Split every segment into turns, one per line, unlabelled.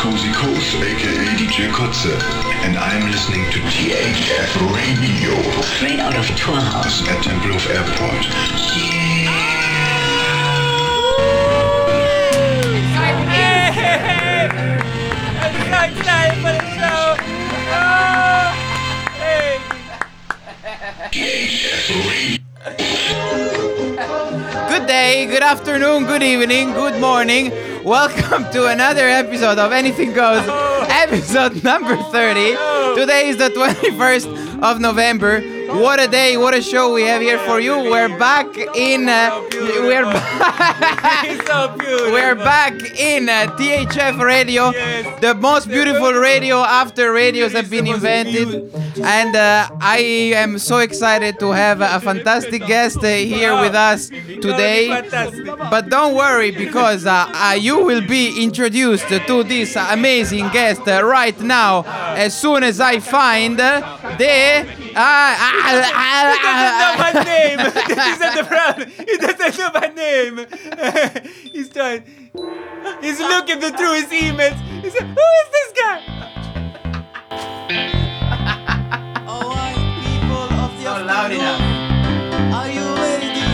Cozy Coast, aka DJ Kotze, and I'm listening to THF Radio
Straight out of Tour House.
at Temple of Airport.
Hey! Das war Knall von der Show. Oh, hey. Good day, good afternoon, good evening, good morning. Welcome to another episode of Anything Goes, episode number 30. Today is the 21st of November. What a day, what a show we have here for you. We're back in uh, we're back We're back in uh, THF Radio, the most beautiful radio after radios have been invented. And uh, I am so excited to have a fantastic guest uh, here with us today. But don't worry, because uh, uh, you will be introduced to this amazing guest uh, right now as soon as I find uh, the. Uh,
doesn't know my name. Is that the problem? He doesn't know my name. he's trying. He's looking through his emails. He said, "Who is this guy?"
Alright, people of the
Not loud
afternoon.
enough.
Are you ready? Sing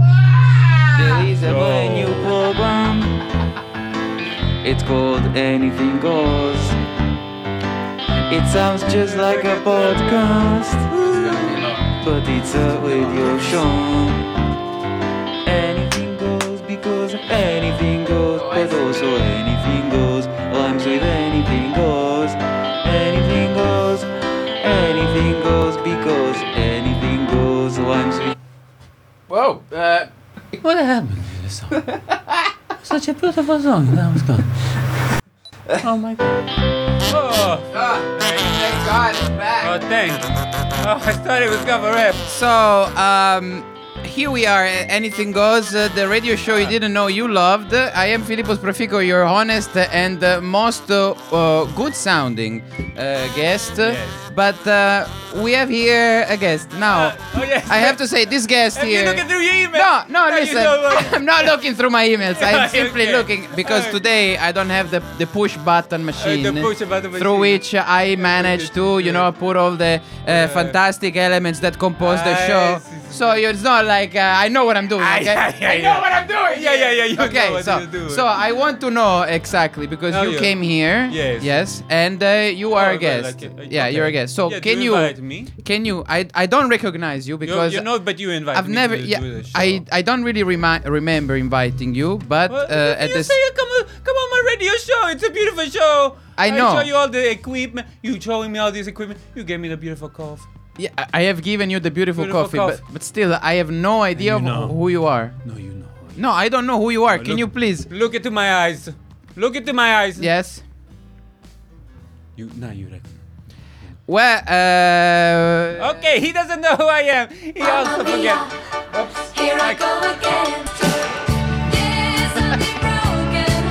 with
There is a brand new program. It's called Anything Goes. It sounds just like a podcast, but it's a radio show. Anything goes because anything goes, but also anything goes. Rhymes with anything goes. Anything goes. Anything goes because anything goes. Rhymes with.
Whoa! Uh,
What happened to this song? Such a beautiful song. That was gone. Oh my god.
God,
Thanks. Oh, I thought it was cabaret.
So, um, here we are. uh, Anything goes. Uh, the radio show you didn't know you loved. Uh, I am Filippos Profico, your honest and uh, most uh, uh, good-sounding uh, guest. But uh, we have here a guest now.
Oh yes.
I have to say, this guest
Have
here.
you looking through your email?
No, no,
you
listen.
know what-
I'm not looking through my emails. I'm
Okay.
simply looking because
Okay.
today I don't have the, the push button machine,
Uh, push button
through
machine.
which I managed to, you know, put all the uh, fantastic elements that compose the
I
show.
see, see.
So it's not like uh, I know what I'm doing.
I-
Okay?
I- I know.
I'm doing.
Yeah, yeah, yeah, you know
okay,
what
so
you're doing.
so I want to know exactly because
Oh,
you
yeah.
came here.
Yes.
Yes, and uh, you are
Oh,
a
well,
guest.
okay.
Yeah, you're a
Okay.
guest. So
Yeah,
can
do
you?
invite me?
Can you? I I don't recognize you because
you're, you're not, but you invite
I've
me
never,
to
yeah,
do the show.
I, I don't really remi- remember inviting you, but
Well,
uh,
you
at this,
say you come, on- come on my radio show. It's a beautiful show.
I know.
I show you all the equipment. You showing me all this equipment. You gave me the beautiful cough.
yeah, I- I have given you the beautiful,
Beautiful
coffee,
cough.
But, but still, I have no idea
you
of
know.
who you are.
No, you know.
No, I don't know who you are. Can
look-
you please?
Look into my eyes. Look into my eyes.
Yes.
You now you reckon.
Well, uh,
Okay, he doesn't know who I am. He also forget. Oops.
Here I go again. Yes, I'm broken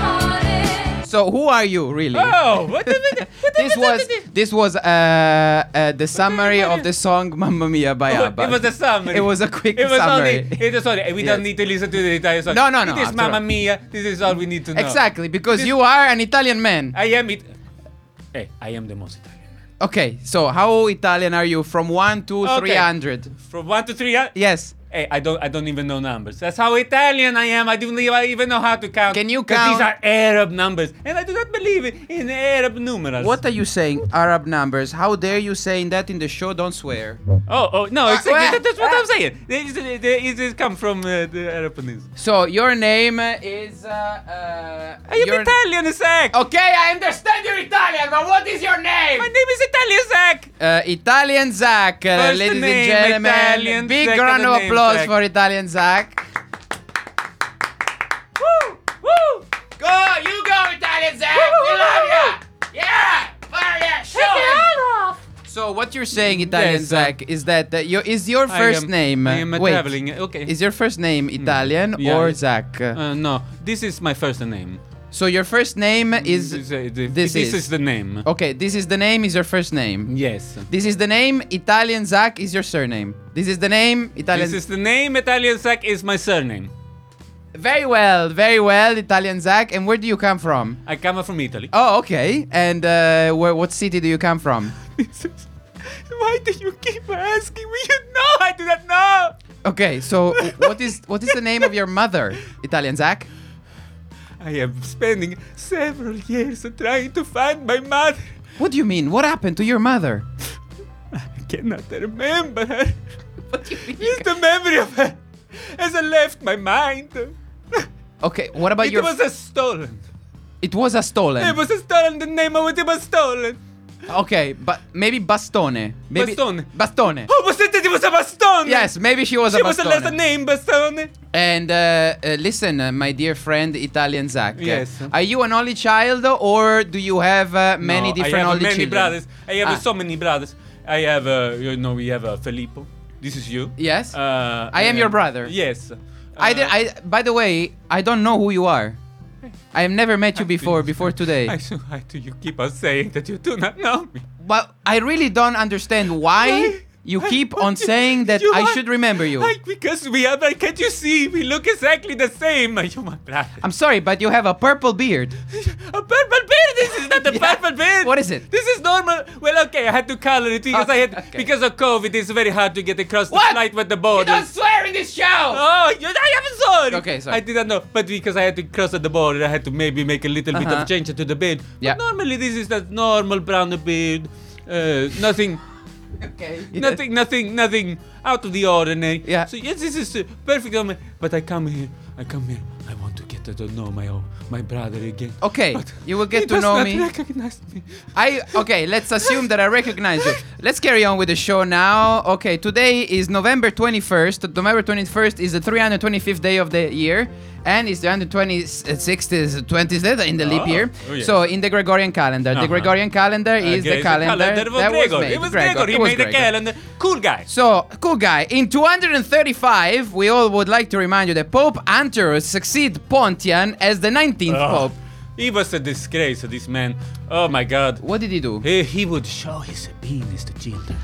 hearted.
So who are you really?
Oh, what the what the-
This
what the-
was this was uh, uh, the summary of the song "Mamma Mia" by ABBA.
Oh, It was a summary.
It was a quick
It was
summary.
only. It was only. We don't
Yes.
need to listen to the entire song.
No, no, no,
It is
after
Mamma
all.
Mia. This is all we need to know.
Exactly because
This-
you are an Italian man.
I am it. Hey, I am the most Italian man.
Okay, so how Italian are you? From one to
Okay.
three hundred?
From one to three. I-
Yes.
Hey, I don't. I don't even know numbers. That's how Italian I am. I don't even- I even know how to count.
Can you
'Cause These
count?
are Arab numbers, and I do not believe in Arab numerals.
What are you saying, Arab numbers? How dare you saying that in the show? Don't swear.
Oh, oh no! Exactly.
Ah, well,
that- that's what I'm saying. They, they, they, they come from uh, the Arab Peninsula.
So your name is. Uh, uh,
I am
your-
Italian, Zach.
Okay, I understand you're Italian, but what is your name?
My name is Italian, Zach.
Uh, Italian Zach, uh,
First
ladies and
name,
gentlemen.
Italian,
Big
second
round of
name,
applause
Zach.
for Italian Zach.
Woo! Woo!
Go, you go, Italian Zach.
We love
you. Yeah, fire yeah, show So what you're saying, Italian
Yes, uh,
Zach, is that uh, your is your
I
first
am-
name?
I am a
Wait,
traveling. Okay. Hmm.
Is your first name Italian
Yeah,
or
it's-
Zach?
uh, no, this is my first name.
so your first name is
This, uh, the-
this
this
is.
is the name.
okay. This is the name. Is your first name?
Yes.
This is the name. Italian Zach is your surname. This is the name. Italian.
This is the name. Italian Zach is my surname.
Very well, very well, Italian Zach. And where do you come from?
I come from Italy.
Oh, okay. And uh, where, what city do you come from?
Why do you keep asking me? You know I do not know.
Okay, so what is what is the name of your mother, Italian Zach?
I am spending several years trying to find my mother.
What do you mean? What happened to your mother?
I cannot remember her. It's the memory of her has left my mind.
Okay, what about
it
your?
was a stolen.
it was a stolen.
It was a stolen. The name of it was stolen.
okay, but maybe bastone. Maybe
Bastone.
Bastone.
Oh, was it? It was a bastone.
Yes, maybe she was
She
a
was
bastone.
the last name bastone.
And uh, uh, listen, uh, my dear friend, Italian Zach. uh,
Yes.
Are you an only child, or do you have uh, many
No,
different
I have
only
many
children?
brothers. I have
Ah.
so many brothers. I have, uh, you know, we have uh, Filippo. This is you.
Yes.
Uh,
I am
and-
your brother.
Yes.
I, did,
Uh,
I. By the way, I don't know who you are. I have never met you before. Before today.
I, so why do you keep on saying that you do not know me?
But I really don't understand why
Why?
you
Why
keep
would
on
you-
saying that
you
I
are-
should remember you.
Like, because we are, like, can't you see? We look exactly the same. You my brother.
I'm sorry, but you have a purple beard.
A purple beard. This is not a
Yeah.
purple beard.
What is it? Ah,
This is normal. Well, okay, I had to color it because I had
okay.
because of COVID. It's very hard to get across
What?
the flight with the borders.
swear in this show!
Oh, you, I am sorry.
Okay, sorry.
I didn't know, but because I had to cross at the border, I had to maybe make a little bit
Uh-huh.
of change to the beard.
Yeah.
But normally this is that normal brown beard. Uh, nothing,
Okay.
nothing, nothing, nothing out of the ordinary.
Yeah.
So yes, this is uh, perfect. um, But I come here. I come here. I want to get to know my own, my brother again.
Okay,
But
you will get
he
to
does
know
not
me.
recognize me.
I okay. Let's assume that I recognize you. Let's carry on with the show now. Okay, today is November 21st. November 21st is the 325th day of the year, and is the 126th is 20th in the leap
Oh,
year.
oh yes.
So in the Gregorian calendar, the
Uh-huh.
Gregorian calendar is
Okay,
the
it's
calendar,
was
that
Gregor.
was made.
It was
Gregor.
Gregor. He
It was
made a
Gregor.
calendar. Cool guy.
So, cool guy, in 235, we all would like to remind you that Pope Anterus succeed Pontian as the 19th
Oh,
Pope.
he was a disgrace, this man. Oh my God.
What did he do?
He, he would show his penis to children.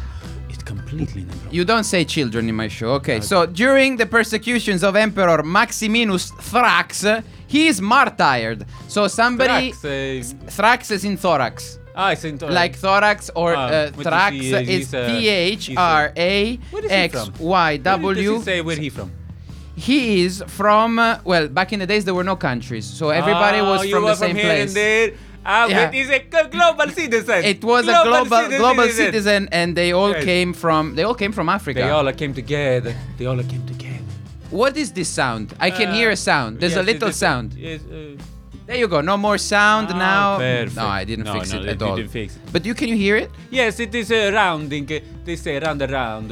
It's completely inappropriate.
You don't say children in my show. Okay, so during the persecutions of Emperor Maximinus Thrax, he is martyred. So somebody.
Thrax, uh,
Thrax is in thorax.
ah, it's in Torah.
Like thorax or
Ah,
uh,
what is
thrax
he, uh,
is
he's, uh,
T H R A
Where is he
X
from?
Y
Where Does
W.
he say where he from?
He is from, uh, well, back in the days there were no countries, so everybody
Ah,
was
you
from the
were
same
here
place.
And there. Ah,
Yeah.
but he's a g- global citizen.
It was a global global citizen, and they all
Yes.
came from they all came from Africa.
They all came together. They all came together.
What is this sound? I can
Uh,
hear a sound. There's a
yes, it
little
is
sound.
yes, uh,
There you go. No more sound
Ah,
now.
perfect.
No, I didn't
No,
fix
no,
it
they
at all.
didn't fix it.
But you can you hear it?
yes, it is a rounding. uh, They say round around.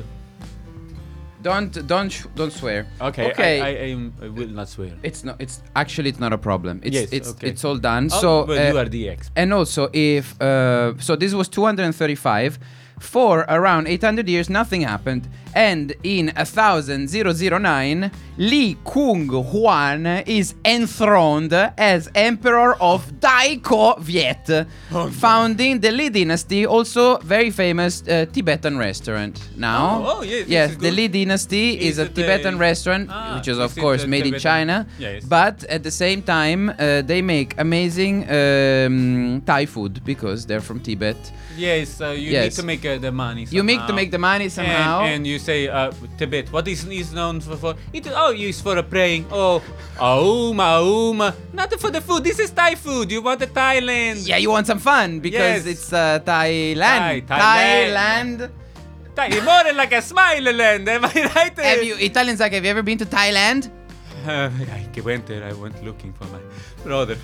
Don't don't sh- don't swear.
Okay.
Okay.
I, I, I, am- I will not swear.
it's not. It's actually it's not a problem. It's
Yes,
it's
okay.
it's all done.
Oh,
so
but
uh,
you are the expert.
And also, if uh, so, this was 235. For around 800 years, nothing happened. And in 1009, Li Kung Huan is enthroned as Emperor of Daiko Viet,
Oh,
founding the Li Dynasty, also very famous uh, Tibetan restaurant. Now,
Oh, oh, yes, this is
the
good.
Li Dynasty is,
Is
a
it the-
Tibetan restaurant,
Ah,
which is,
is
of
it
course,
a
made in
Tibetan-
China.
Yes.
But but at the same time, uh, they make amazing um, Thai food because they're from Tibet.
Yes, uh, you
Yes.
need to make uh, the money. Somehow.
You make to make the money
And-
somehow.
And, you say uh, Tibet. What is is known for? for it, oh, it's for a praying. Oh, aum aum. Not for the food. This is Thai food. You want the Thailand?
yeah, you want some fun because
Yes.
it's uh, Thailand.
Thai-
Thailand.
Thailand. Thai, more like a smile land. Am I right?
Have you Italians like have you ever been to Thailand?
Uh, I went there. I went looking for my brother.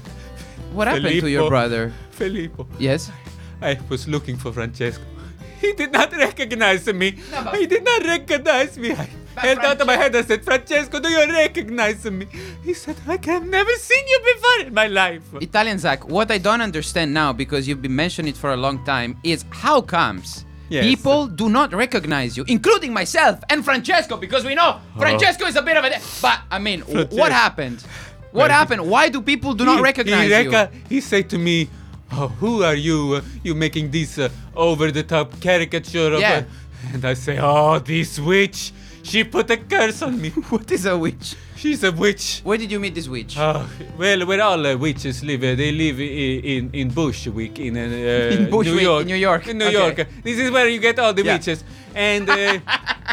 What happened to your
Filippo.
brother?
Filippo.
Yes.
I was looking for Francesco. He did not recognize me. he did not recognize me. I held out my hand and said, Francesco, do you recognize me? He said, I have never seen you before in my life.
Italian Zach, what I don't understand now because you've been mentioning it for a long time is how comes
Yes.
people do not recognize you, including myself and Francesco, because we know Francesco is a bit of a. But I mean, w- what
Oh. Francesco.
happened? What happened? Why do people do not
He-
recognize
he
you?
reco- He said to me, oh, who are you? Uh, you making this uh, over-the-top caricature of...
Yeah.
uh," and I say, oh, this witch. She put a curse on me.
What is a witch?
She's a witch.
Where did you meet this witch?
Oh, well, where all uh, witches live, uh, they live in in, in Bushwick in, uh,
In Bushwick,
New York.
in New York.
In New
Okay.
York. This is where you get all the
Yeah.
witches. And uh,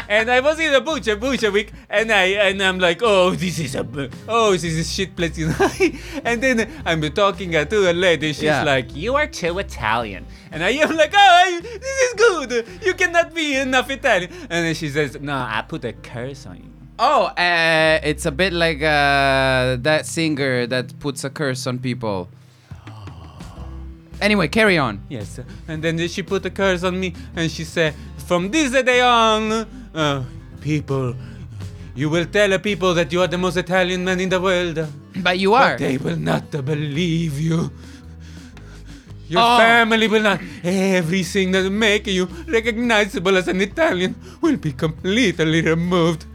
and I was in a butcher Bushwick, and I and I'm like, oh, this is a bu- oh, this is shit place. you know. and then I'm talking uh, to a lady. She's
Yeah.
like, you are too Italian. And I am like, oh, I- this is good. You cannot be enough Italian. And then she says, no, I put a curse on you.
Oh, uh, it's a bit like uh, that singer that puts a curse on people.
Ah.
Anyway, carry on.
Yes, and then she put a curse on me and she said, From this day on, uh, people, you will tell the people that you are the most Italian man in the world.
But you
But
are.
they will not believe you. Your
Oh.
family will not. Everything that make you recognizable as an Italian will be completely removed.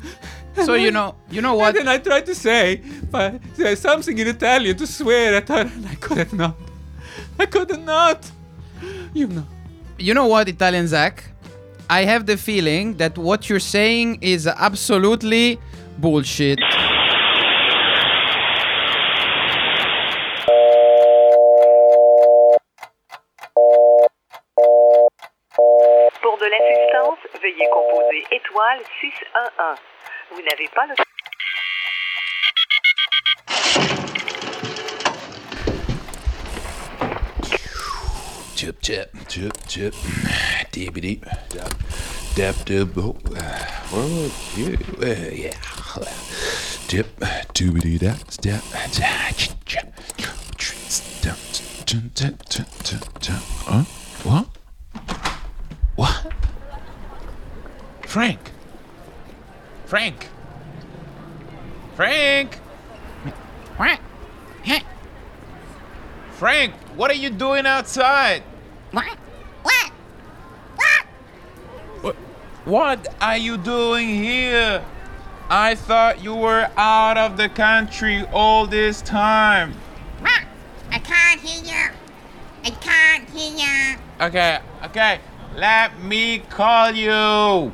So you know, you know what?
And then I tried to say, but there's something in Italian to swear at her, and I couldn't not. I couldn't not. You know.
You know what, Italian Zach? I have the feeling that what you're saying is absolutely bullshit.
Pour de l'assistance, veuillez composer étoile 611. Vous n'avez pas le
Chip, chip, chip, chip. Deep, deep, dab, dab, dab. Oh, uh, oh, yeah, uh, yeah. Chip, doobity dab, dab, dab, chip, chip, chip, dab, dab, dab, dab, dab, dab. Huh? What? What?
Frank. Frank. Frank.
What? Hey,
Frank, what are you doing outside?
what? What?
What are you doing here? I thought you were out of the country all this time.
I can't hear you. I can't hear you.
Okay, okay. Let me call you.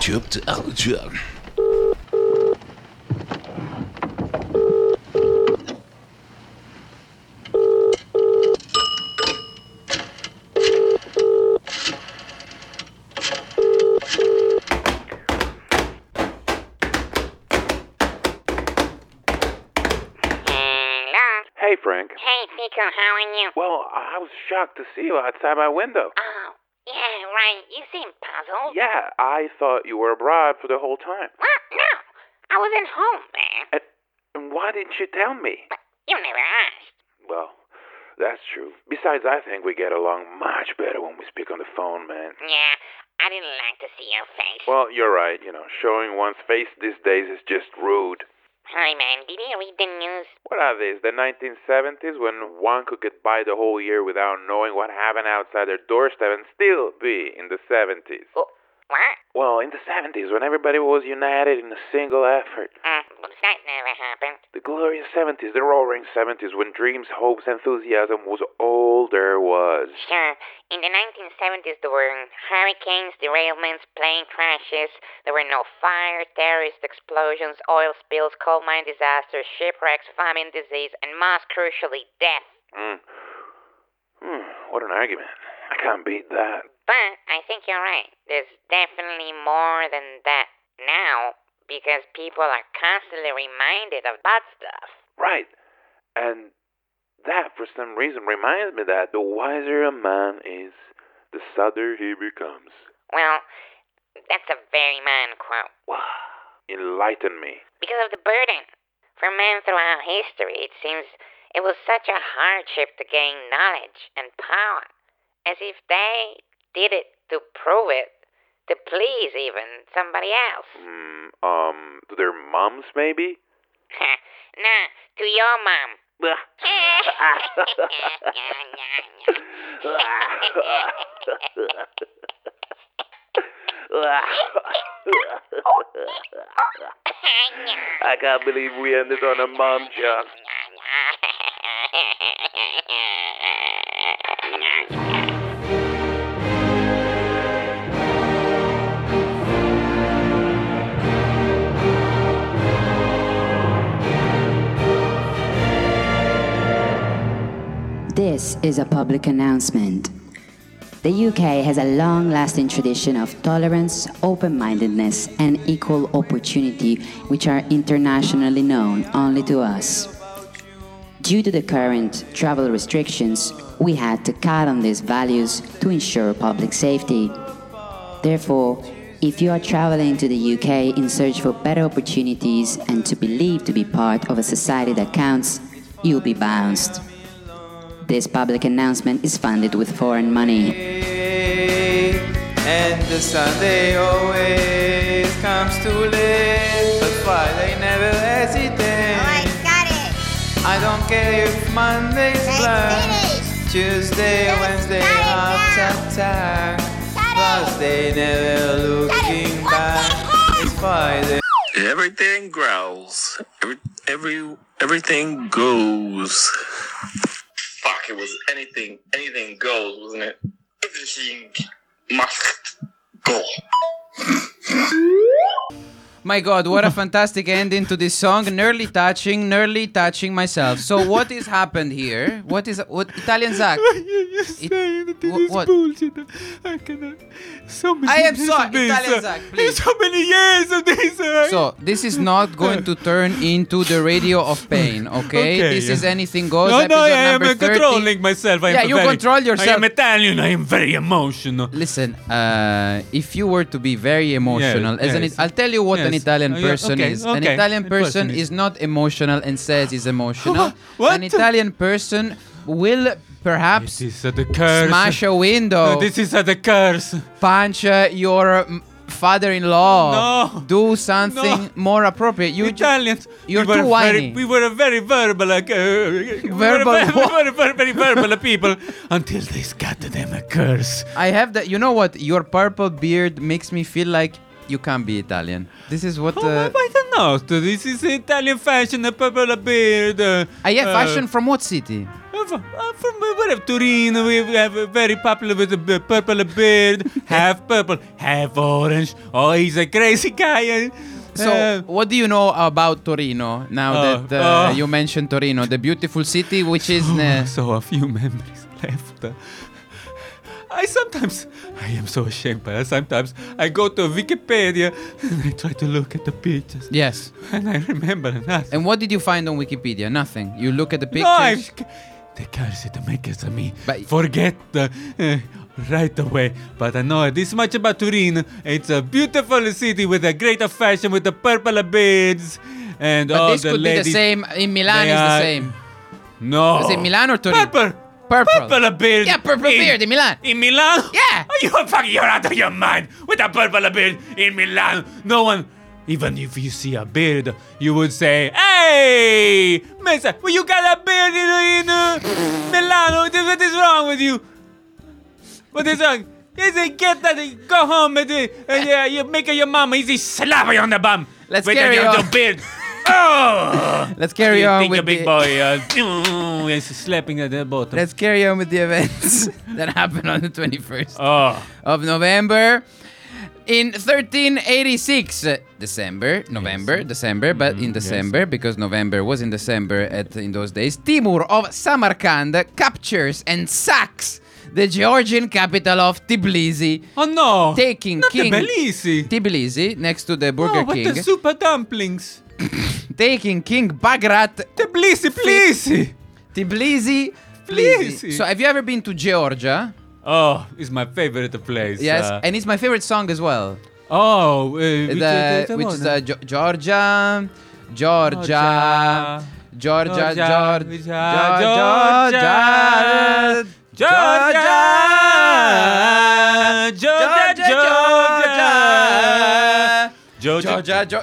Chip, dab, chip.
Hello.
Hey, Frank.
Hey, Pico, how are you?
Well, I I was shocked to see you outside my window.
Oh, yeah, right. You seem puzzled.
Yeah, I thought you were abroad for the whole time.
Oh. What? No. I wasn't home, man.
And, and why didn't you tell me?
But you never asked.
Well, that's true. Besides, I think we get along much better when we speak on the phone, man.
Yeah, I didn't like to see your face.
Well, you're right. You know, showing one's face these days is just rude.
Hi, man. Did you read the news?
What are these, the 1970s, when one could get by the whole year without knowing what happened outside their doorstep and still be in the 70s?
Oh, what?
Well, in the 70s, when everybody was united in a single effort.
Uh, well, that never happened.
The glorious 70s, the roaring 70s, when dreams, hopes, enthusiasm was all there was.
Sure. In the 1970s, there were hurricanes, derailments, plane crashes. There were no fire, terrorist explosions, oil spills, coal mine disasters, shipwrecks, famine, disease, and most crucially, death.
Mm. Hmm, what an argument. I can't beat that.
But I think you're right. There's definitely more than that now because people are constantly reminded of bad stuff.
Right. And that, for some reason, reminds me that the wiser a man is, the sadder he becomes.
Well, that's a very man quote.
Enlighten me.
because of the burden. For man throughout history, it seems it was such a hardship to gain knowledge and power, as if they did it to prove it, to please even somebody else.
Mm, um, to their moms, maybe?
nah, to your mom.
I can't believe we ended on a mom joke.
is a public announcement. The UK has a long lasting tradition of tolerance, open mindedness, and equal opportunity, which are internationally known only to us. Due to the current travel restrictions, we had to cut on these values to ensure public safety. Therefore, if you are traveling to the UK in search for better opportunities and to believe to be part of a society that counts, you'll be bounced. This public announcement is funded with foreign money.
And the Sunday always comes too late, but Friday never hesitates. Alright, got it. I don't care if Monday's blank, Tuesday, Wednesday, out of time. Thursday never looking back. It's Friday.
Everything growls. Every, every everything goes. Fuck! It was anything. Anything goes, wasn't it? Everything must go.
My God, what a fantastic ending to this song. Nearly touching, nearly touching myself. So what is happened here? What is what Italian Zach?
You're saying that it
wha-
is
what?
bullshit. I cannot. So many
I am
years
sorry,
of this,
Italian
uh,
Zach, please.
So many years of this. uh,
So this is not going to turn into the radio of pain, okay?
Okay,
this
yeah.
is anything goes.
no, no,
episode
I am
number 30.
uh, controlling myself. I am
yeah, you
very-
control yourself.
I am Italian. I am very emotional.
Listen, uh, if you were to be very emotional, as an,
yes.
I'll tell you what an
Yes.
Italian
Oh, yeah,
person
okay,
is. An
okay.
Italian
A
person
person
is
is-
not emotional and says he's emotional. An Italian person will perhaps
uh, curse.
smash a window,
No, this is a the curse.
punch uh, your mm, father-in-law,
No.
do something more appropriate. You ju-
Italians.
you're
we were
too
very,
whiny.
we were a very verbal, like, uh, we were a
Verbal
very,
what?
we were a very, very verbal people until this goddamn curse.
I have that. You know what? Your purple beard makes me feel like you can't be Italian. This is what. uh,
Oh, I don't know. so This is Italian fashion, a purple beard. Uh,
Ah, yeah,
uh,
fashion from what city?
Uh, From, uh, from uh, where of Turin, we have a very popular with a b- purple beard, half purple, half orange. Oh, he's a crazy guy. uh,
So,
uh,
what do you know about Torino now
Uh,
that uh,
uh.
you mentioned Torino, the beautiful city which is. Uh,
Oh, so, a few memories left. I sometimes, I am so ashamed, but I sometimes I go to Wikipedia and I try to look at the pictures.
Yes.
And I remember nothing.
And what did you find on Wikipedia? Nothing. You look at the pictures.
No, I, the curse it makes me forget the, uh, right away. But I know this much about Turin. It's a beautiful city with a great fashion with the purple beards and
but
all
this
the
could
ladies.
be the same in Milan.
They
Is the
are-
same.
No.
Is it Milan or Torino?
Purple.
Purple.
Purple beard.
Yeah, purple
in,
beard in Milan.
In Milan?
Yeah.
Are you fucking? You're out of your mind with a purple beard in Milan. No one. Even if you see a beard, you would say, "Hey, Mesa, well, you got a beard in, in uh, Milano. What is- what is wrong with you? What is wrong? Is it get that? Go home and, uh, and uh, you make your mama easy slap you on the bum.
Let's
with
carry
your,
on.
Your beard. Oh.
Let's carry
you
on
Think
with
a big
the-
boy uh, is slapping at the bottom.
Let's carry on with the events that happened on the 21st
Oh.
of November. In 1386, uh, December, November, December, but
Mm,
in December, because November was in December at, in those days, Timur of Samarkand captures and sacks the Georgian capital of Tbilisi.
Oh no!
Taking
Not
King
Tbilisi.
Tbilisi, next to the Burger
no,
King.
but the Oh, super dumplings.
taking King Bagrat.
Tbilisi, please!
Tbilisi,
Please.
please. So, have you ever been to Georgia?
Oh, it's my favorite place.
Yes,
uh,
and it's my favorite song as well.
oh, uh, which,
The-
uh,
which is
one?
uh, Geo- Georgia, Georgia, Georgia,
Georgia,
Georgia,
Uh, Georgia,
Georgia,
Georgia, Georgia, Georgia, Georgia,
Georgia, Georgia.
Georgia.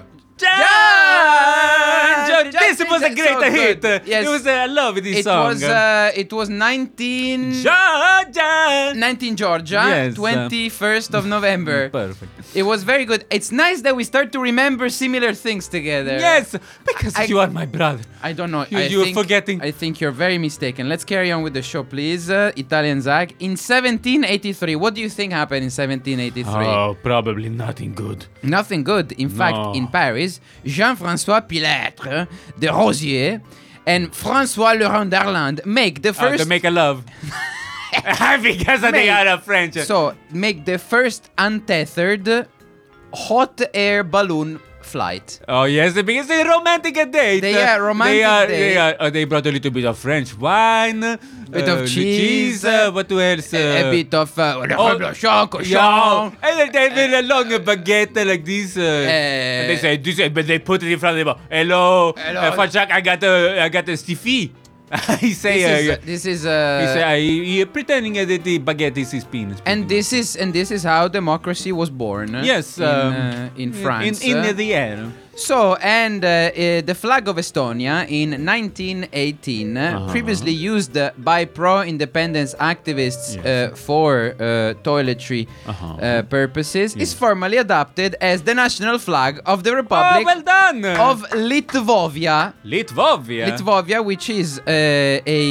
This
Georgia
was a
is
great
so
hit.
good. Yes.
It was. Uh, I love this
It
song.
was uh, it was 19
Georgia.
19 Georgia,
Yes, uh,
21st of November.
Perfect.
It was very good. It's nice that we start to remember similar things together.
Yes, because
I-
you are my brother.
I don't know.
You-
I
you're
think,
forgetting.
I think you're very mistaken. Let's carry on with the show, please. Uh, Italian Zach. In 1783, what do you think happened in 1783?
Oh, probably nothing good.
Nothing good. In fact,
No.
in Paris, Jean Francois Pilatre de Rosier and Francois Laurent d'Arland make the
Uh,
first
to make a love. because they
Mate,
are a French.
So make the first untethered hot air balloon flight.
Oh yes, because they're romantic a date. Uh,
They are romantic
They are.
date.
They are. Uh, they brought a little bit of French wine, a
bit of cheese,
uh, what else?
a
uh,
bit of uh, le
oh,
reblochon,
yeah,
cochon.
and they they a long baguette like this. Uh, and they say this, but they put it in front of them. Hello,
Eh. Hello.
Uh, for Jack, I got a, I got a stiffy. he say,
This
uh,
is, this is
he say,
uh,
uh, he, he pretending uh, that the baguette is his penis.
and this is and this is how democracy was born.
Yes,
in,
um,
uh, in
in-
France. uh?
in- in the air.
So and uh, uh, the flag of Estonia in 1918, uh,
Uh-huh.
previously used uh, by pro-independence activists uh, for uh, toiletry
Uh-huh.
uh, purposes, is formally adopted as the national flag of the Republic
Oh, well done.
of Litvovia.
Litvovia.
Litvovia, which is uh, a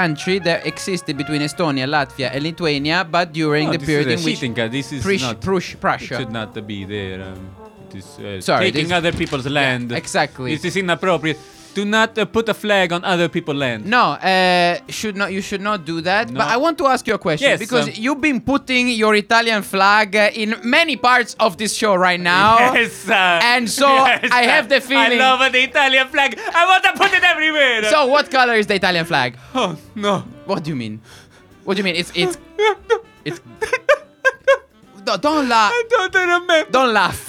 country that existed between Estonia, Latvia, and Lithuania, but during
No,
the
this
period
is
in
a
which
cheating, uh, this is
Prush-
not-
Prush- Prussia.
It should not uh, be there. Um, it is, uh,
Sorry,
taking
this-
other people's land.
exactly.
This is inappropriate. Do not uh, put a flag on other people's land.
No, uh, should not. You should not do that. But I want to ask you a question
Yes,
because
um,
you've been putting your Italian flag uh, in many parts of this show right now.
Yes, uh,
and so
yes,
I have the
I
feeling.
love the Italian flag. I want to put it everywhere.
So what color is the Italian flag?
Oh no.
What do you mean? What do you mean? It's it's it's. No, don't laugh. I
don't remember.
Don't laugh.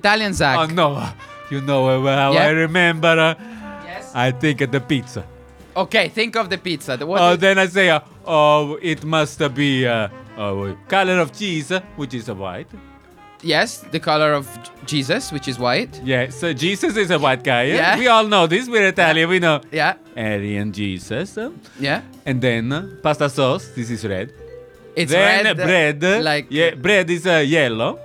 Italian Zach.
Oh no. uh, You know uh, well.
Yeah.
I remember. Uh, I think uh, the pizza.
Okay, think of the pizza. The- What
Oh,
is-
then I say, uh, oh, it must uh, be uh, oh, color of cheese, uh, which is uh, white.
yes, the color of J- Jesus, which is white.
Yeah, so Jesus is a white guy. eh?
Yeah.
We all know this. We're Italian. We know.
Yeah.
Arian Jesus. eh?
Yeah.
And then uh, pasta sauce. This is red.
It's
then
red, uh,
bread. eh,
like-
yeah, bread is uh, yellow.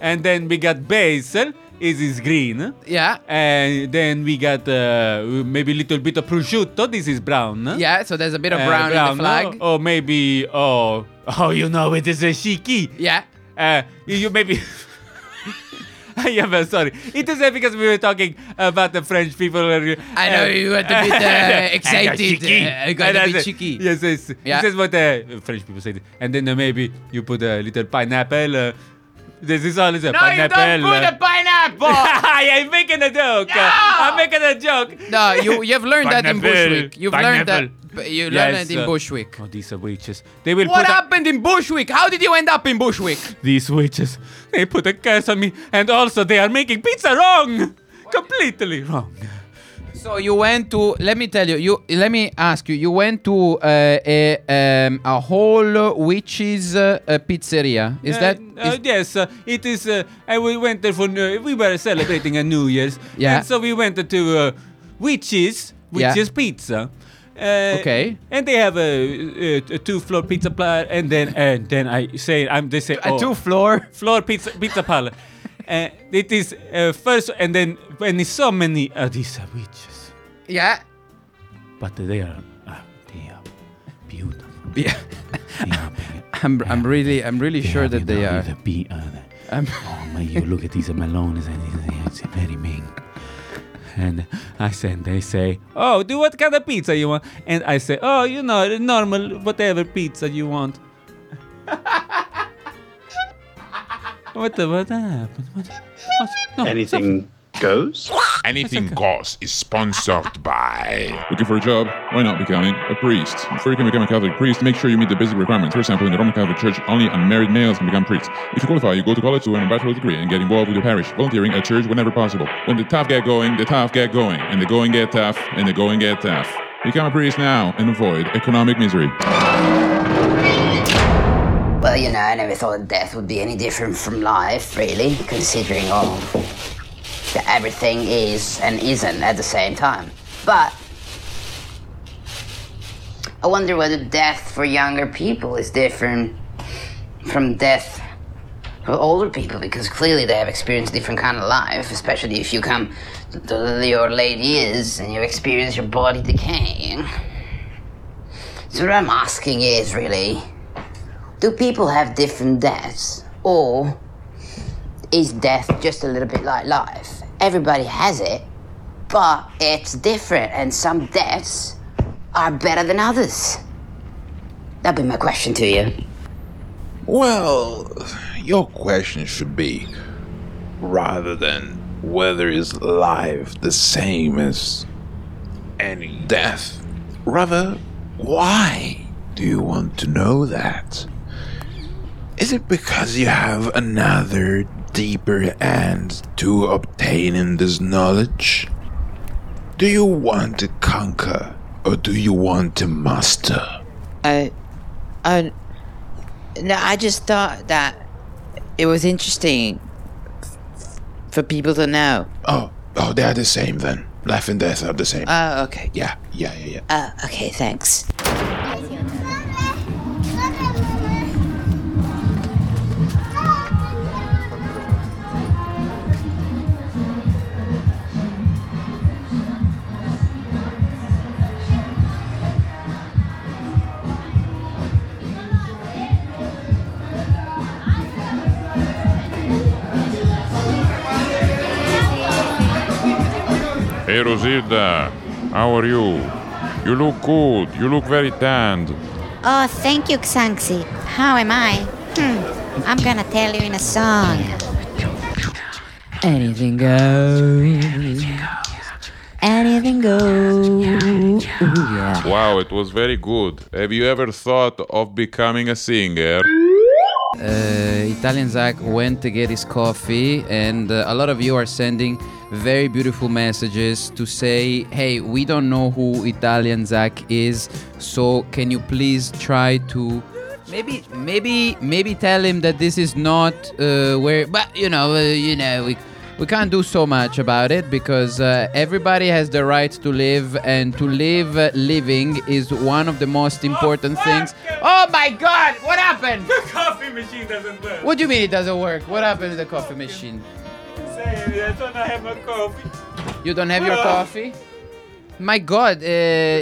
And then we got basil. Is is green.
Yeah.
And then we got uh, maybe a little bit of prosciutto. This is brown. eh?
Yeah, so there's a bit of
Uh,
brown, in the
no?
flag.
Or maybe oh oh you know it is a shiki.
Yeah.
Uh, you, you maybe. yeah, but sorry. It is uh, because we were talking about the French people. uh,
I know
uh,
you were a bit, uh,
I got
excited,
shiki.
uh, I got a
And I
bit
said-
shiki.
Yes, yes.
Yeah.
This is what uh, French people say. And then uh, maybe you put a little pineapple. Uh, this is all is a
No,
pineapple.
you don't
uh,
put a pineapple.
I'm making a joke. uh, I'm making a joke.
no, you you've learned that in
Pineapple,
Bushwick. You've learned that.
pineapple.
but You learned
Yes,
it in
uh,
Bushwick.
Oh, these are witches. They will
What
put a-
happened in Bushwick? How did you end up in Bushwick?
These witches, they put a curse on me, and also they are making pizza wrong! Completely wrong.
So you went to. Let me tell you. You let me ask you. You went to uh, a um, a whole witches uh, uh, pizzeria. Is
Uh,
that?
uh, yes, uh, it is. Uh, and we went there for. New- we were celebrating a New Year's.
Yeah.
And so we went to uh, Witches,
Yeah.
Witches Pizza. Uh,
Okay.
And they have a, uh, a, a two-floor pizza parlor, and then and then I say, I'm they say
A
oh,
two-floor?
floor pizza pizza parlor. uh, it is uh, first, and then when it's so many uh, these are witches.
Yeah.
but they are, uh, they are beautiful.
Yeah. I'm I'm really I'm really sure that they are.
Be, uh,
I'm-
oh my! You look at these melones, and it's very mean. And I said, they say, "Oh, do what kind of pizza you want?" And I say, "Oh, you know, the normal, whatever pizza you want." what the what happened? What, what, "Oh, no,
Anything goes?
Anything Goes is sponsored by. Looking for a job? Why not becoming a priest? Before you can become a Catholic priest, make sure you meet the basic requirements. For example, in the Roman Catholic Church, only unmarried males can become priests. If you qualify, you go to college to earn a bachelor's degree and get involved with your parish, volunteering at church whenever possible. When the tough get going, the tough get going, and the going get tough, and the going get tough. Become a priest now and avoid economic misery.
Well, you know, I never thought death would be any different from life, really, considering all that everything is and isn't at the same time. But I wonder whether death for younger people is different from death for older people, because clearly they have experienced a different kind of life, especially if you come to your late years and you experience your body decaying. So what I'm asking is really. Do people have different deaths? Or is death just a little bit like life? Everybody has it, but it's different, and some deaths are better than others. That'd be my question to you.
Well, your question should be rather than whether is life the same as any death, rather, why do you want to know that? Is it because you have another deeper end to obtaining this knowledge? Do you want to conquer or do you want to master?
I, I, no, I just thought that it was interesting f- for people to know.
Oh, oh, they are the same then. Life and death are the same.
Oh, okay.
yeah, yeah, yeah, yeah.
Oh, okay, thanks.
Hey Rosita, how are you? You look good. You look very tanned.
Oh, thank you, Xanxi. How am I? Hmm. I'm gonna tell you in a song.
Anything goes. Anything goes.
Wow, it was very good. Have you ever thought of becoming a singer?
uh, Italian Zach went to get his coffee, and uh, a lot of you are sending very beautiful messages to say, hey, we don't know who Italian Zach is, so can you please try to. Maybe, maybe, maybe tell him that this is not uh, where, but you know, uh, you know, we we can't do so much about it because uh, everybody has the right to live, and to live uh, living is one of the most important things. Oh my God! What happened?
The coffee machine doesn't work.
What do you mean it doesn't work? What happened to the coffee machine?
Say, I don't have my coffee.
You don't have your
Oh.
coffee? My God, uh,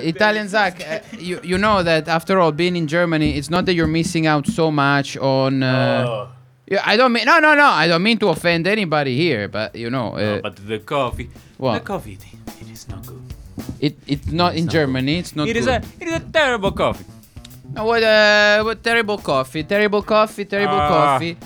Italian Zach, uh, you, you know that after all, being in Germany, it's not that you're missing out so much on. Uh,
Oh.
Yeah, I don't mean no, no, no. I don't mean to offend anybody here, but you know, uh,
But the coffee.
What?
The coffee. it- It is not good.
it it's not in Germany. It's not.
It is
good.
a it is a terrible coffee.
No, what, uh, what terrible coffee, terrible coffee, terrible
Ah.
coffee.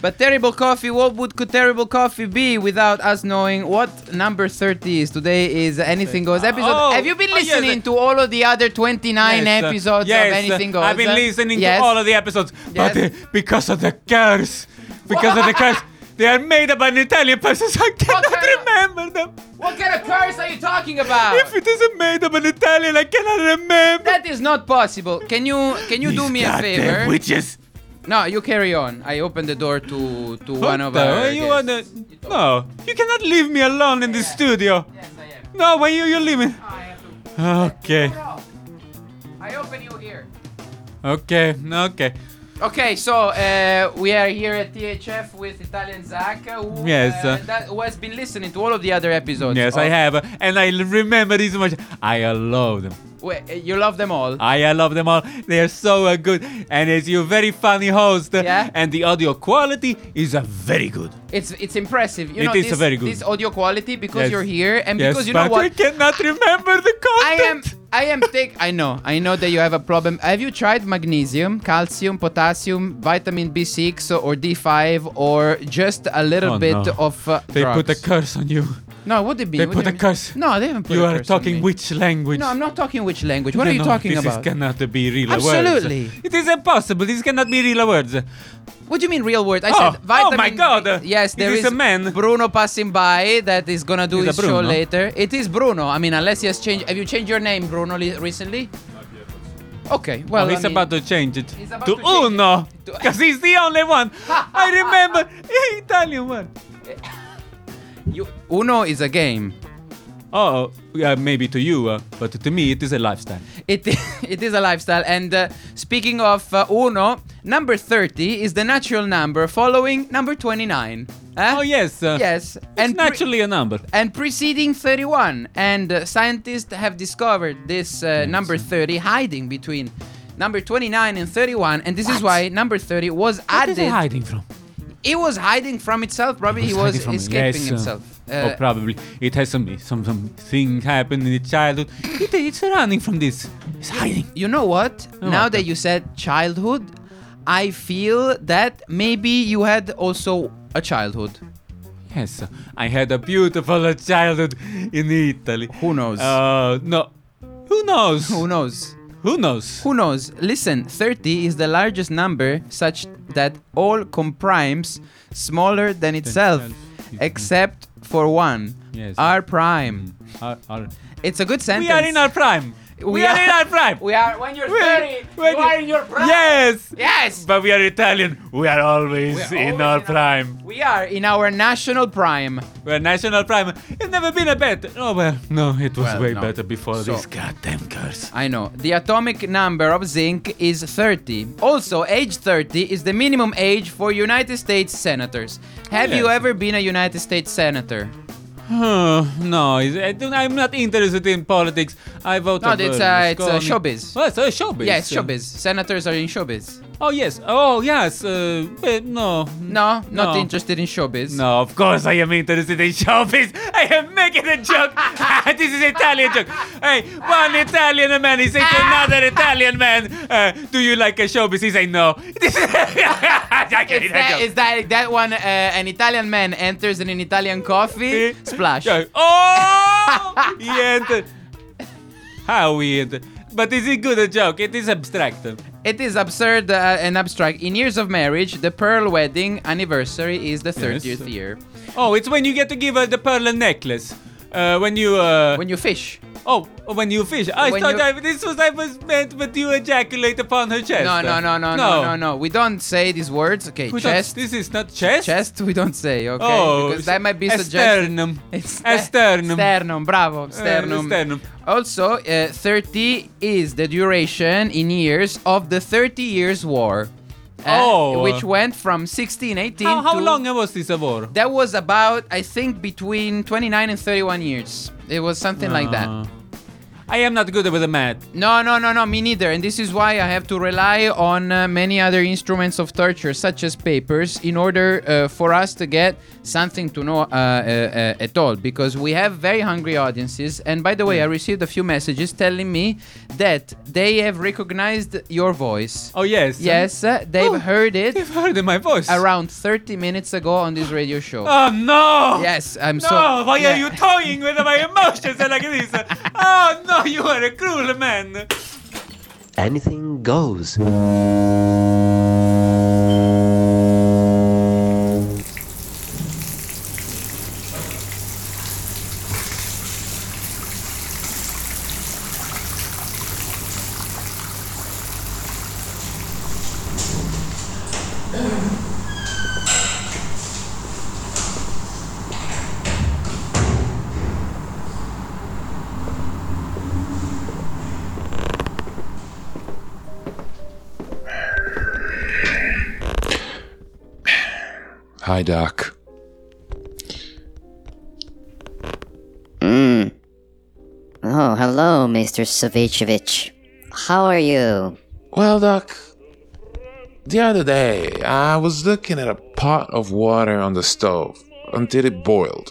But terrible coffee, what would could terrible coffee be without us knowing what number 30 is? Today is Anything Goes episode.
Oh,
Have you been
oh, yes,
listening to all of the other 29
Yes, uh,
episodes
yes,
of
uh,
Anything Goes?
I've been
uh?
listening
Yes.
to all of the episodes,
Yes.
but uh, because of the curse, because of the curse, they are made up by an Italian person, so I cannot remember them.
What kind of curse are you talking about?
If it isn't made up in Italian, I cannot remember.
That is not possible. Can you can you do me a favor?
witches.
No, you carry on. I open the door to to one of
the
our
hell you
guests.
wanna- No, you cannot leave me alone in the studio. Yes, I am. No, when you you're leaving. Okay,
I open you here.
okay, okay.
Okay, so uh, we are here at THF with Italian Zach, who,
Yes.
uh, that, who has been listening to all of the other episodes.
Yes, I
of-
have, and I remember these much. I love them.
Wait, uh, you love them all.
I uh, love them all. They are so uh, good, and it's your very funny host.
Yeah.
And the audio quality is uh, very good.
It's it's impressive. You
It
know,
is
this,
very good.
This audio quality because
Yes.
you're here and
Yes,
because you know
but
what.
I cannot remember the content.
I am. I am take. I know. I know that you have a problem. Have you tried magnesium, calcium, potassium, vitamin B6 or D5 or just a little
Oh,
bit
no.
of uh,
They
drugs?
put a curse on you.
No, what they mean?
They
What do
put
you
a
mean?
curse.
No, they haven't put
You
a
are
curse on
talking
me.
which language?
No, I'm not talking which language. What
No,
are you
no,
talking
this
about?
This cannot be real
Absolutely.
words. It is impossible. These cannot be real words.
What do you mean real words? I
Oh,
said
oh
vitamin.
my God.
Yes,
It
there
is
is
a man.
Bruno passing by that is gonna do
Is it
his
Bruno?
show later. It is Bruno. I mean, unless he has changed. Have you changed your name, Bruno, li- recently? Okay. Well,
oh,
I
he's
mean-
about to change it
He's about
to,
to change
Uno, because he's the only one. I remember Italian one.
Uno is a game.
Oh, yeah, maybe to you, uh, but to me it is a lifestyle.
It it is a lifestyle. And uh, speaking of uh, Uno, number thirty is the natural number following number twenty-nine. Huh?
Oh yes. Uh,
Yes.
It's naturally a number.
and preceding 31 and uh, scientists have discovered this uh, number 30 hiding between number 29 and 31 and this is why number 30 was
What
added
is it hiding from?
It was hiding from itself. Probably he was
hiding from-
escaping
yes, uh,
himself.
oh, probably it has some some some thing happened in the childhood. It, it's running from this. It's hiding.
You know what? now that you said childhood, I feel that maybe you had also a childhood.
Yes, uh, I had a beautiful childhood in Italy.
Who knows?
Uh, no. Who knows?
Who knows?
Who knows?
Who knows? Listen, 30 is the largest number such that all comprimes smaller than itself, except for one.
Mm-hmm. Yes.
R prime.
Are- are-
It's a good sentence.
we are in our prime. We, are, in our prime.
We are when you're 30,
when
you are in your prime.
Yes.
Yes.
But we are Italian. We are always, in our prime.
We are in our national prime.
We are national prime. It's never been a better. Oh well, no, it was
Well,
way
no.
better before
So-
this goddamn curse.
I know. The atomic number of zinc is 30. Also, age 30 is the minimum age for United States senators. Have you
Yes.
ever been a United States senator?
Oh, no, it's- I don't, I'm not interested in politics. I vote.
No,
on
it's, uh, it's, uh,
Berlusconi.
showbiz.
Oh, it's uh, showbiz.
Yes, showbiz. Senators are in showbiz.
Oh yes. Oh yes. Uh, but no.
No, not
No.
interested in showbiz.
No, of course I am interested in showbiz. I am making a joke. this is Italian joke. Hey, one Italian man is saying to
Ah!
another Italian man, uh, "Do you like a showbiz?" He say, "No." This is I get
Is
it, I
that,
get it.
is that that one? Uh, an Italian man enters in an Italian coffee. Splash.
Oh! he entered. How weird. But is it good a joke? It is abstract.
It is absurd uh, and abstract. In years of marriage, the pearl wedding anniversary is the 30th year.
Oh, it's when you get to give her the pearl necklace. Uh, when you uh,
when you fish.
Oh, when you fish. I
When
thought
you-
I, this was I was meant, but you ejaculate upon her chest.
No,
uh,
no, no, no, no, no, no, We don't say these words. Okay,
We don't-
chest.
this is not chest.
Chest, we don't say. Okay,
Oh,
because that might be
a
suggested.
sternum.
It's
A sternum.
Sternum, bravo.
Uh,
Sternum.
sternum.
Also, uh, 30 is the duration in years of the 30 Years' War. uh,
Oh.
Which went from 1618
How, how
to-
long was this a war?
That was about, I think, between 29 and 31 years. It was something like
Uh,
that.
I am not good with the math.
No, no, no, no, me neither. And this is why I have to rely on uh, many other instruments of torture, such as papers, in order uh, for us to get something to know uh, uh, uh, at all. Because we have very hungry audiences. And by the
Hmm.
way, I received a few messages telling me that they have recognized your voice.
Oh, yes.
Yes, uh, they've heard it.
Oh, They've heard my voice.
Around 30 minutes ago on this radio show.
Oh no!
Yes, I'm
no,
so.
Why
Yeah.
are you toying with my emotions like this? Oh no, you are a cruel man.
Anything goes.
Hi, Doc.
Mm. Oh, hello, Mr. Savicevic. How are you?
Well, Doc, the other day I was looking at a pot of water on the stove until it boiled.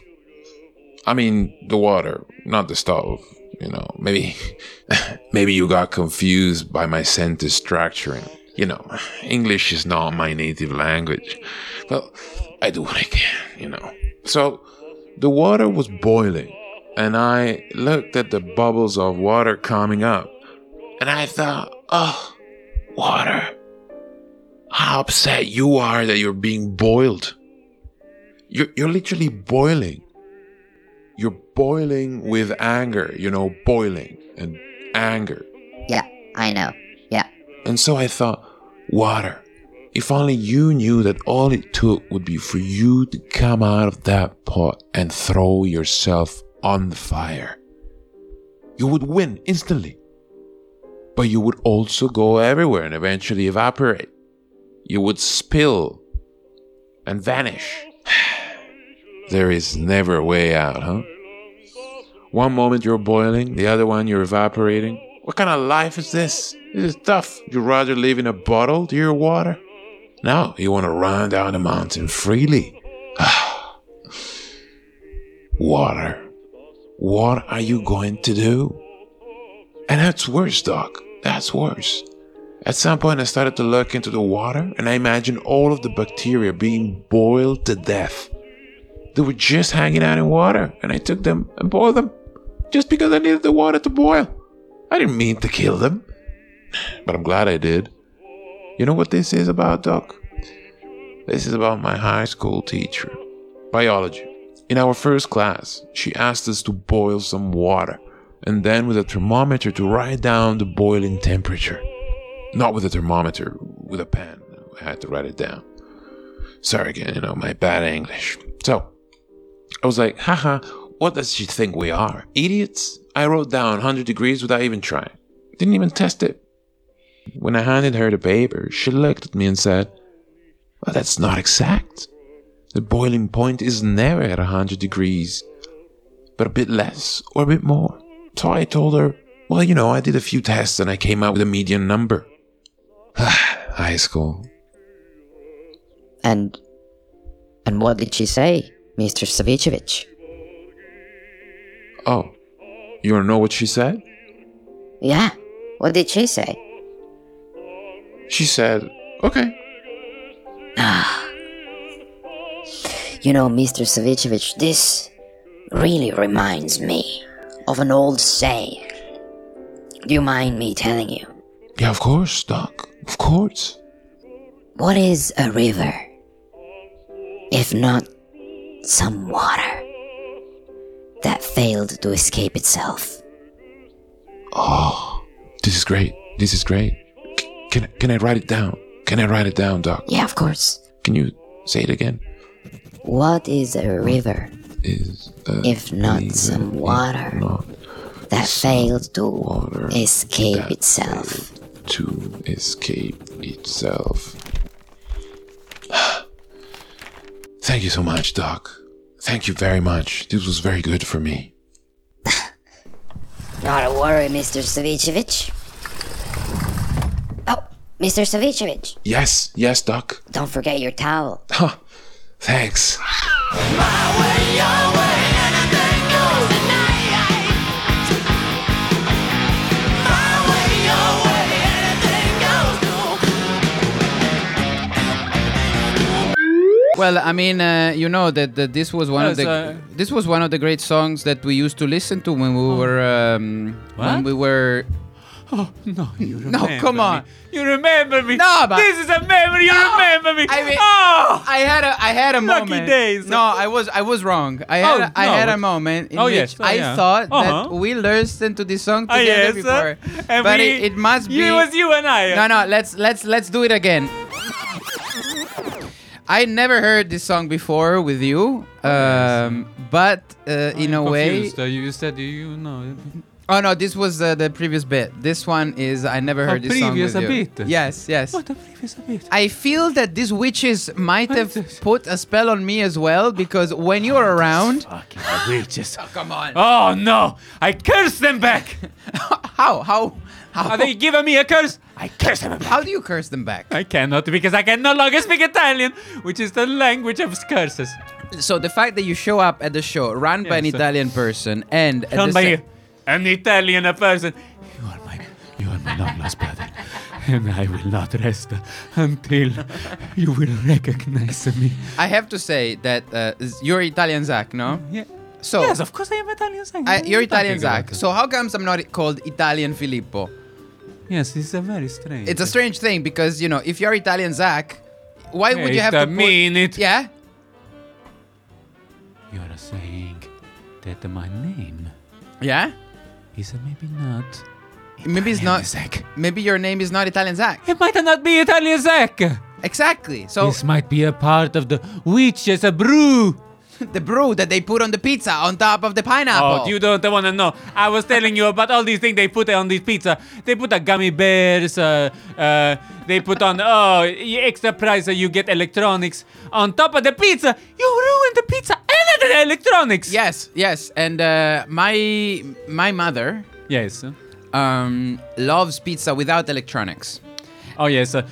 I mean, the water, not the stove. You know, maybe, maybe you got confused by my sentence structuring. You know, English is not my native language. Well, I do what I can, you know. So, the water was boiling, and I looked at the bubbles of water coming up, and I thought, oh, water. How upset you are that you're being boiled. You're, you're literally boiling. You're boiling with anger, you know, boiling and anger.
Yeah, I know. Yeah.
And so I thought, water, if only you knew that all it took would be for you to come out of that pot and throw yourself on the fire. You would win instantly. But you would also go everywhere and eventually evaporate. You would spill and vanish. there is never a way out, huh? One moment you're boiling, the other one you're evaporating. What kind of life is this? This is tough. You'd rather live in a bottle, dear water? Now you want to run down the mountain freely. Ah. Water. What are you going to do? And that's worse, Doc. That's worse. At some point, I started to look into the water and I imagined all of the bacteria being boiled to death. They were just hanging out in water and I took them and boiled them just because I needed the water to boil. I didn't mean to kill them, but I'm glad I did. You know what this is about, Doc? This is about my high school teacher, biology. In our first class, she asked us to boil some water and then with a thermometer to write down the boiling temperature. Not with a thermometer, with a pen. I had to write it down. Sorry again, you know, my bad English. So, I was like, haha, what does she think we are? Idiots? I wrote down 100 degrees without even trying. Didn't even test it. When I handed her the paper, she looked at me and said, Well, that's not exact. The boiling point is never at 100 degrees, but a bit less or a bit more. So I told her, Well, you know, I did a few tests and I came out with a median number. High school.
And and what did she say, Mr. Savicevic?
Oh, you don't know what she said?
Yeah, what did she say?
She said, Okay.
You know, Mr. Savicevic, this really reminds me of an old saying. Do you mind me telling you?
Yeah, of course, Doc. Of course.
What is a river if not some water that failed to escape itself?
Oh, this is great. This is great. C- can, can I write it down? Can I write it down, Doc?
Yeah, of course.
Can you say it again?
What is a river
Is
if not
river
some water that failed to escape itself?
to escape itself. Thank you so much, Doc. Thank you very much. This was very good for me.
Not a worry, Mr. Savicevic. Oh, Mr. Savicevic,
Yes, yes, Doc.
don't forget your towel.
Huh. Thanks.
Well, I mean, uh, you know that, that this was one
Oh,
of the
so-
this was one of the great songs that we used to listen to when we were um, when
Oh. What?
we were.
Oh no! You
No,
remember
come on.
me. You remember me?
No, but-
this is a memory. You
No!
remember me?
I mean,
oh,
I had a I had a
Lucky
moment.
days.
No, I was I was wrong. I had
Oh,
a, I
no,
had a
but-
moment in
Oh,
which
yes, oh,
I
yeah.
thought
Uh-huh.
that we listened to this song
Ah,
together
yes, uh,
before.
and
but
we-
it, it must be
it was you and I.
No, no, let's let's let's do it again. I never heard this song before with you, um, but uh, in a way,
Oh, Confused. Uh, you you said you, you know.
Oh no, this was uh, the previous bit. This one is I never
Oh,
heard this song
previous
with
a
you.
bit.
Yes, yes.
What a previous bit.
I feel that these witches might have put a spell on me as well because when you're around,
Witches.
come on.
Oh no! I curse them back.
how how how
Are they giving me a curse? I curse them back.
How do you curse them back?
I cannot because I can no longer speak Italian, which is the language of curses.
So the fact that you show up at the show run by an
Yes.
Italian person and at
Come
the
by
sa-
here. An Italian person. You are my, you are my long lost brother, and I will not rest until you will recognize me.
I have to say that uh, z- you're Italian Zach, no?
Mm, Yeah.
So
yes, of course I am Italian. Zach.
I,
What
you're
you talking
Italian Zach.
about?
So how comes I'm not called Italian Filippo?
Yes, it's a very strange.
It's a strange thing because you know if you're Italian Zach, why would
Wait
you have
a
to put-
minute.
Yeah.
You are saying that my name
Yeah.
is maybe not.
maybe it's not.
Zach.
Maybe your name is not Italian Zach.
It might not be Italian Zach.
Exactly. So
this might be a part of the witches a brew.
the brew that they put on the pizza on top of the pineapple.
Oh, you don't want to know. I was telling you about all these things they put on this pizza. They put a gummy bears. Uh, uh, they put on oh y- extra price. Uh, you get electronics on top of the pizza. You ruined the pizza and the electronics.
Yes, yes. And uh, my my mother
Yes.
um, loves pizza without electronics.
Oh yes. Uh,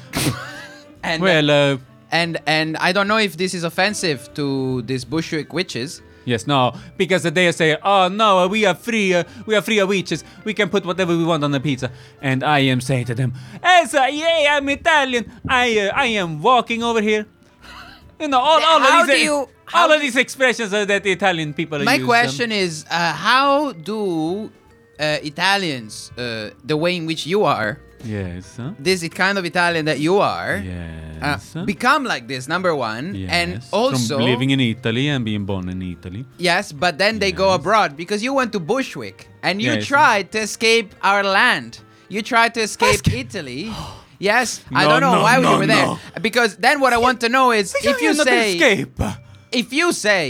And
Well, uh,
and and I don't know if this is offensive to these Bushwick witches.
Yes, no, because they say, "Oh no, we are free. Uh, we are free of witches. We can put whatever we want on the pizza." And I am saying to them, "As I yeah, I'm Italian. I uh, I am walking over here." You know, all, all
How
of these uh,
do you-
all of these expressions are that the Italian people
My
use. um,
question is, uh, how do uh, Italians, uh, the way in which you are,
yes, huh?
this i- kind of Italian that you are,
Yes.
uh, become like this? Number one, and
Yes,
also
from living in Italy and being born in Italy.
yes, but then they go abroad because you went to Bushwick and you
Yes.
tried to escape our land. You tried to escape Italy. Yes, I
No,
don't know
no,
why
no,
you were there.
no.
Because then what I want to know is if you
cannot
say
escape.
if you say,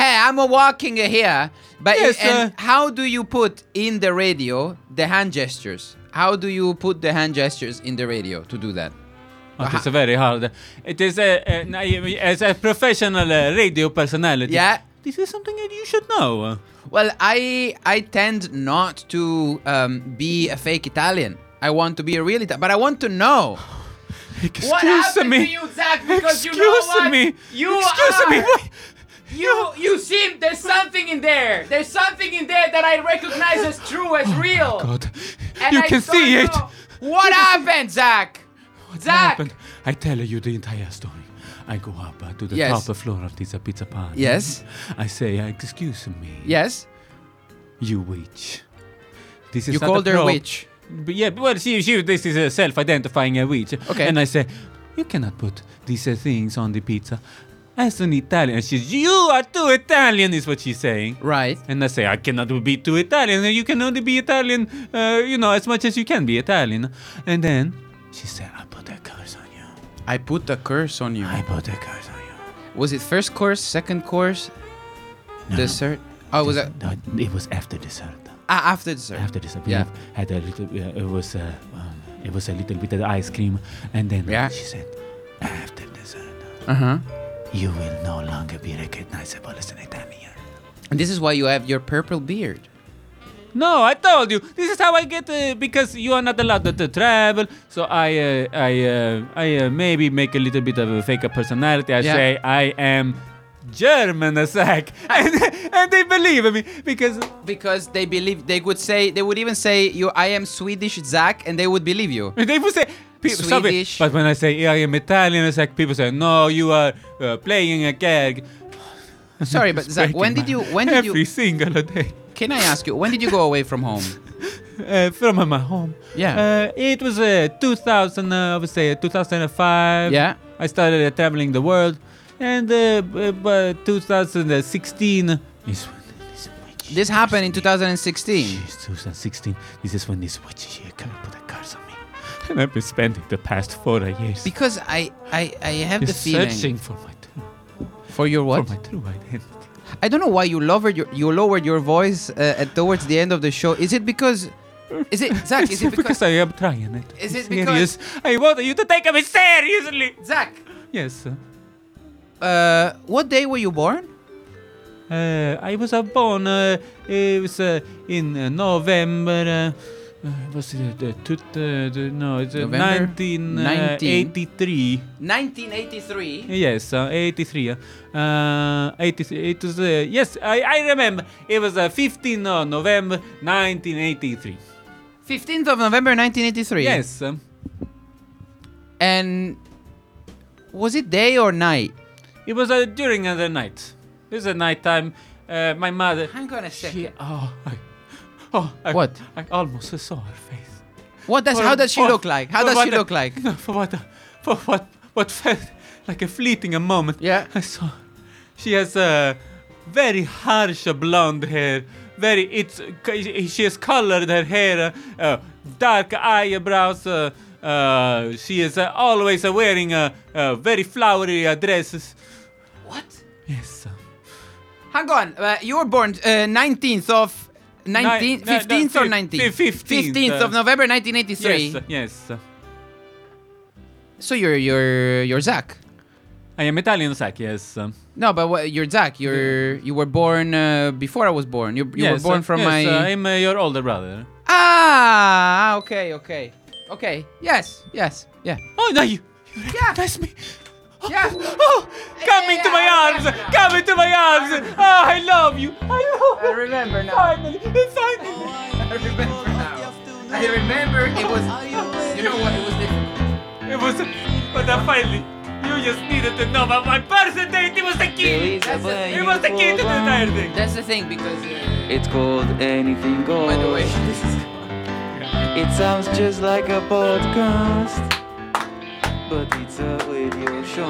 "Hey, I'm a walking here," but
Yes,
and how do you put in the radio the hand gestures? How do you put the hand gestures in the radio to do that?
But it's Oh, very hard. It is a, a, as a professional uh, radio personality.
Yeah.
This is something that you should know.
Well, I I tend not to um, be a fake Italian. I want to be a real Italian, but I want to know.
Excuse me.
Zach?
Excuse me. Excuse me. Wait.
You you seem there's something in there. There's something in there that I recognize as true as real.
Oh God. You can see
don't
it.
know. What happened, Zach? Zach.
happened? I tell you the entire story. I go up uh, to the
Yes.
top floor of this uh, pizza parlor.
Yes.
I say, uh, excuse me.
Yes.
You witch. This is
You
not a
called her
pro-
witch?
B- yeah, well, she, she, this is a self-identifying a witch. Okay. And I say, you cannot put these uh, things on the pizza. As an Italian, she's, you are too Italian, is what she's saying.
Right.
And I say, I cannot be too Italian. You can only be Italian, uh, you know, as much as you can be Italian. And then she said, I put a curse on you.
I put a curse on you. I
put a curse on you.
Was it first course, second course, dessert? Oh, was it?
No, it was after dessert.
Ah, after dessert.
After dessert, we
Yeah.
have had a little. Uh, it was uh, um, it was a little bit of ice cream, and then she said, after dessert,
Uh huh.
you will no longer be recognizable as an Italian.
And this is why you have your purple beard.
No, I told you. This is how I get uh, because you are not allowed to, to travel. So I, uh, I, uh, I uh, maybe make a little bit of a fake personality. I
Yeah.
say I am German, as heck, and, and they believe me because
Because they believe they would say they would even say you I am Swedish Zach and they would believe you.
They would say people,
Swedish.
But when I say I am Italian, it's like people say, "No, you are uh, playing a gag."
Sorry, but
It's
Zach, when
breaking
did you
my-
when did
every
you
single day
Can I ask you when did you go away from home?
uh, from my home?
Yeah.
uh, it was uh, 2000. Uh, I would say 2005.
Yeah.
I started uh, traveling the world, and uh, b- by 2016 is when
This happened in 2016.
2016. This is when this witch here came and put a curse on me, and I've been spending the past four years.
Because I I I have the
Just
feeling
searching for my
for your what?
For my true identity.
I don't know why you lowered your you lowered your voice uh, at, towards the end of the show. Is it because is it Zach? Is it because,
I am trying it?
Is it
Serious.
because
I want you to take me seriously,
Zach?
Yes. sir.
Uh, what day were you born?
Uh, I was uh, born. Uh, it was uh, in uh, November. Uh, uh, was it uh, two, uh, the- no? It's uh,
November?
1983.
1983.
Yes, uh, 83. Uh, uh, 83. It was uh, yes. I, I remember. It was uh, 15 of November 1983.
15th of November 1983.
Yes. uh,
And was it day or night?
It was uh, during uh, the night. It was a night time. Uh, my mother.
Hang on a second.
oh, I, oh, I,
What?
I almost saw her face.
What does
For-
how does she
for-
look like? How
for
does she
what a-
look like?
No, for what? a- For what? What felt like a fleeting a moment.
Yeah.
I saw. her. She has uh, very harsh uh, blonde hair. Very. It's. c- She has colored her hair. Uh, uh, dark eyebrows. Uh, uh, she is uh, always uh, wearing uh, uh, very flowery uh, dresses.
What?
Yes.
Hang on. Uh, you were born uh, 19th of 19
Ni- no, no,
15th or
fif-
19th?
fifteenth,
15th of
uh,
November 1983.
Yes. uh, Yes.
So you're you're you're Zach.
I am Italian Zach. Yes.
No, but what, you're Zach. You're you were born uh, before I was born. You, you
yes,
were born
uh,
from
yes,
my
uh, I'm uh, your older brother.
Ah, okay, okay. Okay. Yes, yes. Yeah.
Oh no, you Recognize me. Yeah. Oh, come into my arms. Come into my arms. Oh, I love you. I love you. I remember now. Finally. Finally.
I remember now. I remember it was. You know what? It was different.
It was. But then finally, you just needed to know about my personality. It was the key.
That's the
It was the key to the entire thing.
That's the thing because uh,
It's called Anything Goes. By the way, it sounds just like a podcast, but it's a radio show.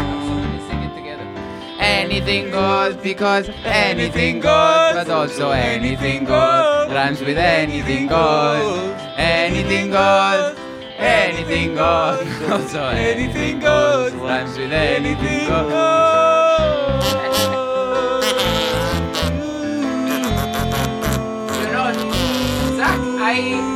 anything goes because anything goes, but also anything goes rhymes with anything goes. Anything goes. Anything goes. Also anything goes rhymes with anything goes. You know, Zach, I.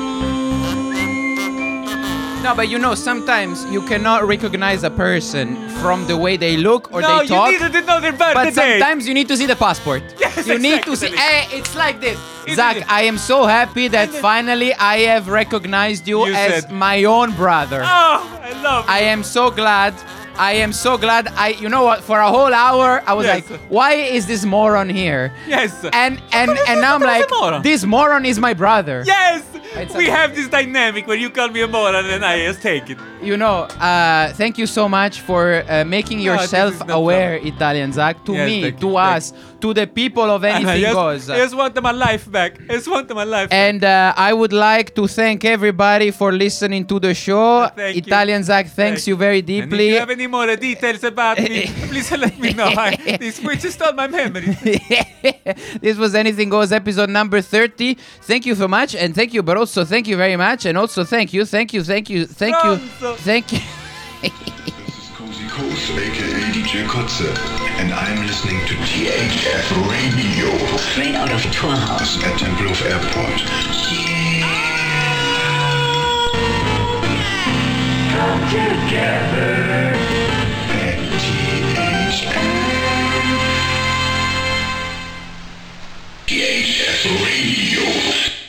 No, but you know, sometimes you cannot recognize a person from the way they look or
No,
they
you
talk.
needed to know their birthday
But
date.
sometimes you need to see the passport. Yes, you need to see. Eh, it's like this. Zach, I am so happy that finally I have recognized you,
You
as
said-
my own brother.
Oh, I love.
I am so glad. I am so glad. I, you know what? For a whole hour, I was
Yes.
like, "Why is this moron here?"
Yes.
And and and now I'm like,
moron.
"This moron is my brother."
Yes. we
okay.
have this dynamic where you call me a moron and I just take it.
You know, uh, thank you so much for uh, making
No, this
yourself
is not
aware, Italian Zach, to
Yes,
me,
thank
to us, to the people of
I
Anything
just,
Goes.
I just want my life back. I just want my life.
And uh, I would like to thank everybody for listening to the show.
Thank you.
Italian Zach thanks
Thank
you very
And if
deeply.
you have any more details about me, please let me know. I, this witch is stole my memory.
this was Anything Goes episode number 30. Thank you so much, and thank you, but also thank you very much, and also thank you, thank you, thank you, thank you, thank you.
Coast, aka DJ Kotze, and I'm listening to THF Radio. Straight out of Tourhouse at Tempelhof Airport. Come together at THF. THF Radio.